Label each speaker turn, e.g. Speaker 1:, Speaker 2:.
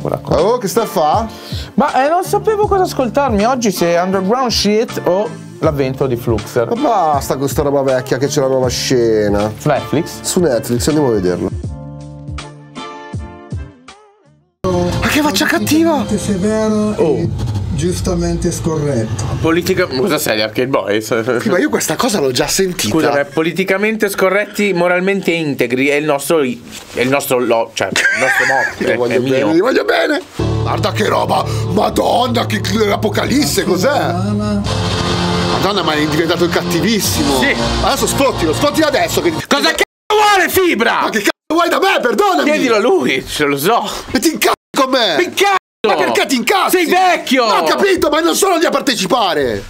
Speaker 1: quella cosa.
Speaker 2: Oh, che sta a fa?
Speaker 1: Ma eh, non sapevo cosa ascoltarmi oggi, se Underground Shit o l'avvento di Fluxer.
Speaker 2: Ma basta con sta roba vecchia che c'è la nuova scena.
Speaker 1: Su Netflix.
Speaker 2: Su Netflix, andiamo a vederla. Ma che faccia cattiva!
Speaker 3: severo
Speaker 1: Oh.
Speaker 3: e giustamente scorretto.
Speaker 1: Politica. Cosa sei, Arcade Boys?
Speaker 2: Ma io questa cosa l'ho già sentita.
Speaker 1: Scusa, ma politicamente scorretti, moralmente integri è il nostro. è il nostro. Lo, cioè, il nostro motto.
Speaker 2: Li
Speaker 1: è- è,
Speaker 2: voglio bene, li
Speaker 1: mio.
Speaker 2: voglio bene. Guarda che roba! Madonna, che l'apocalisse, cos'è?
Speaker 3: Lama,
Speaker 2: Madonna, ma è diventato cattivissimo.
Speaker 1: Sì.
Speaker 2: Adesso sfottilo, sfottilo adesso. Che...
Speaker 1: Cosa cazzo vuole fibra?
Speaker 2: Ma che cazzo vuoi da me? Perdonami!
Speaker 1: Chiedilo a lui, ce lo so.
Speaker 2: E ti incazzi con me!
Speaker 1: Che cazzo?
Speaker 2: Ma perché ti incazzi?
Speaker 1: Sei vecchio!
Speaker 2: No, ho capito, ma non sono lì a partecipare!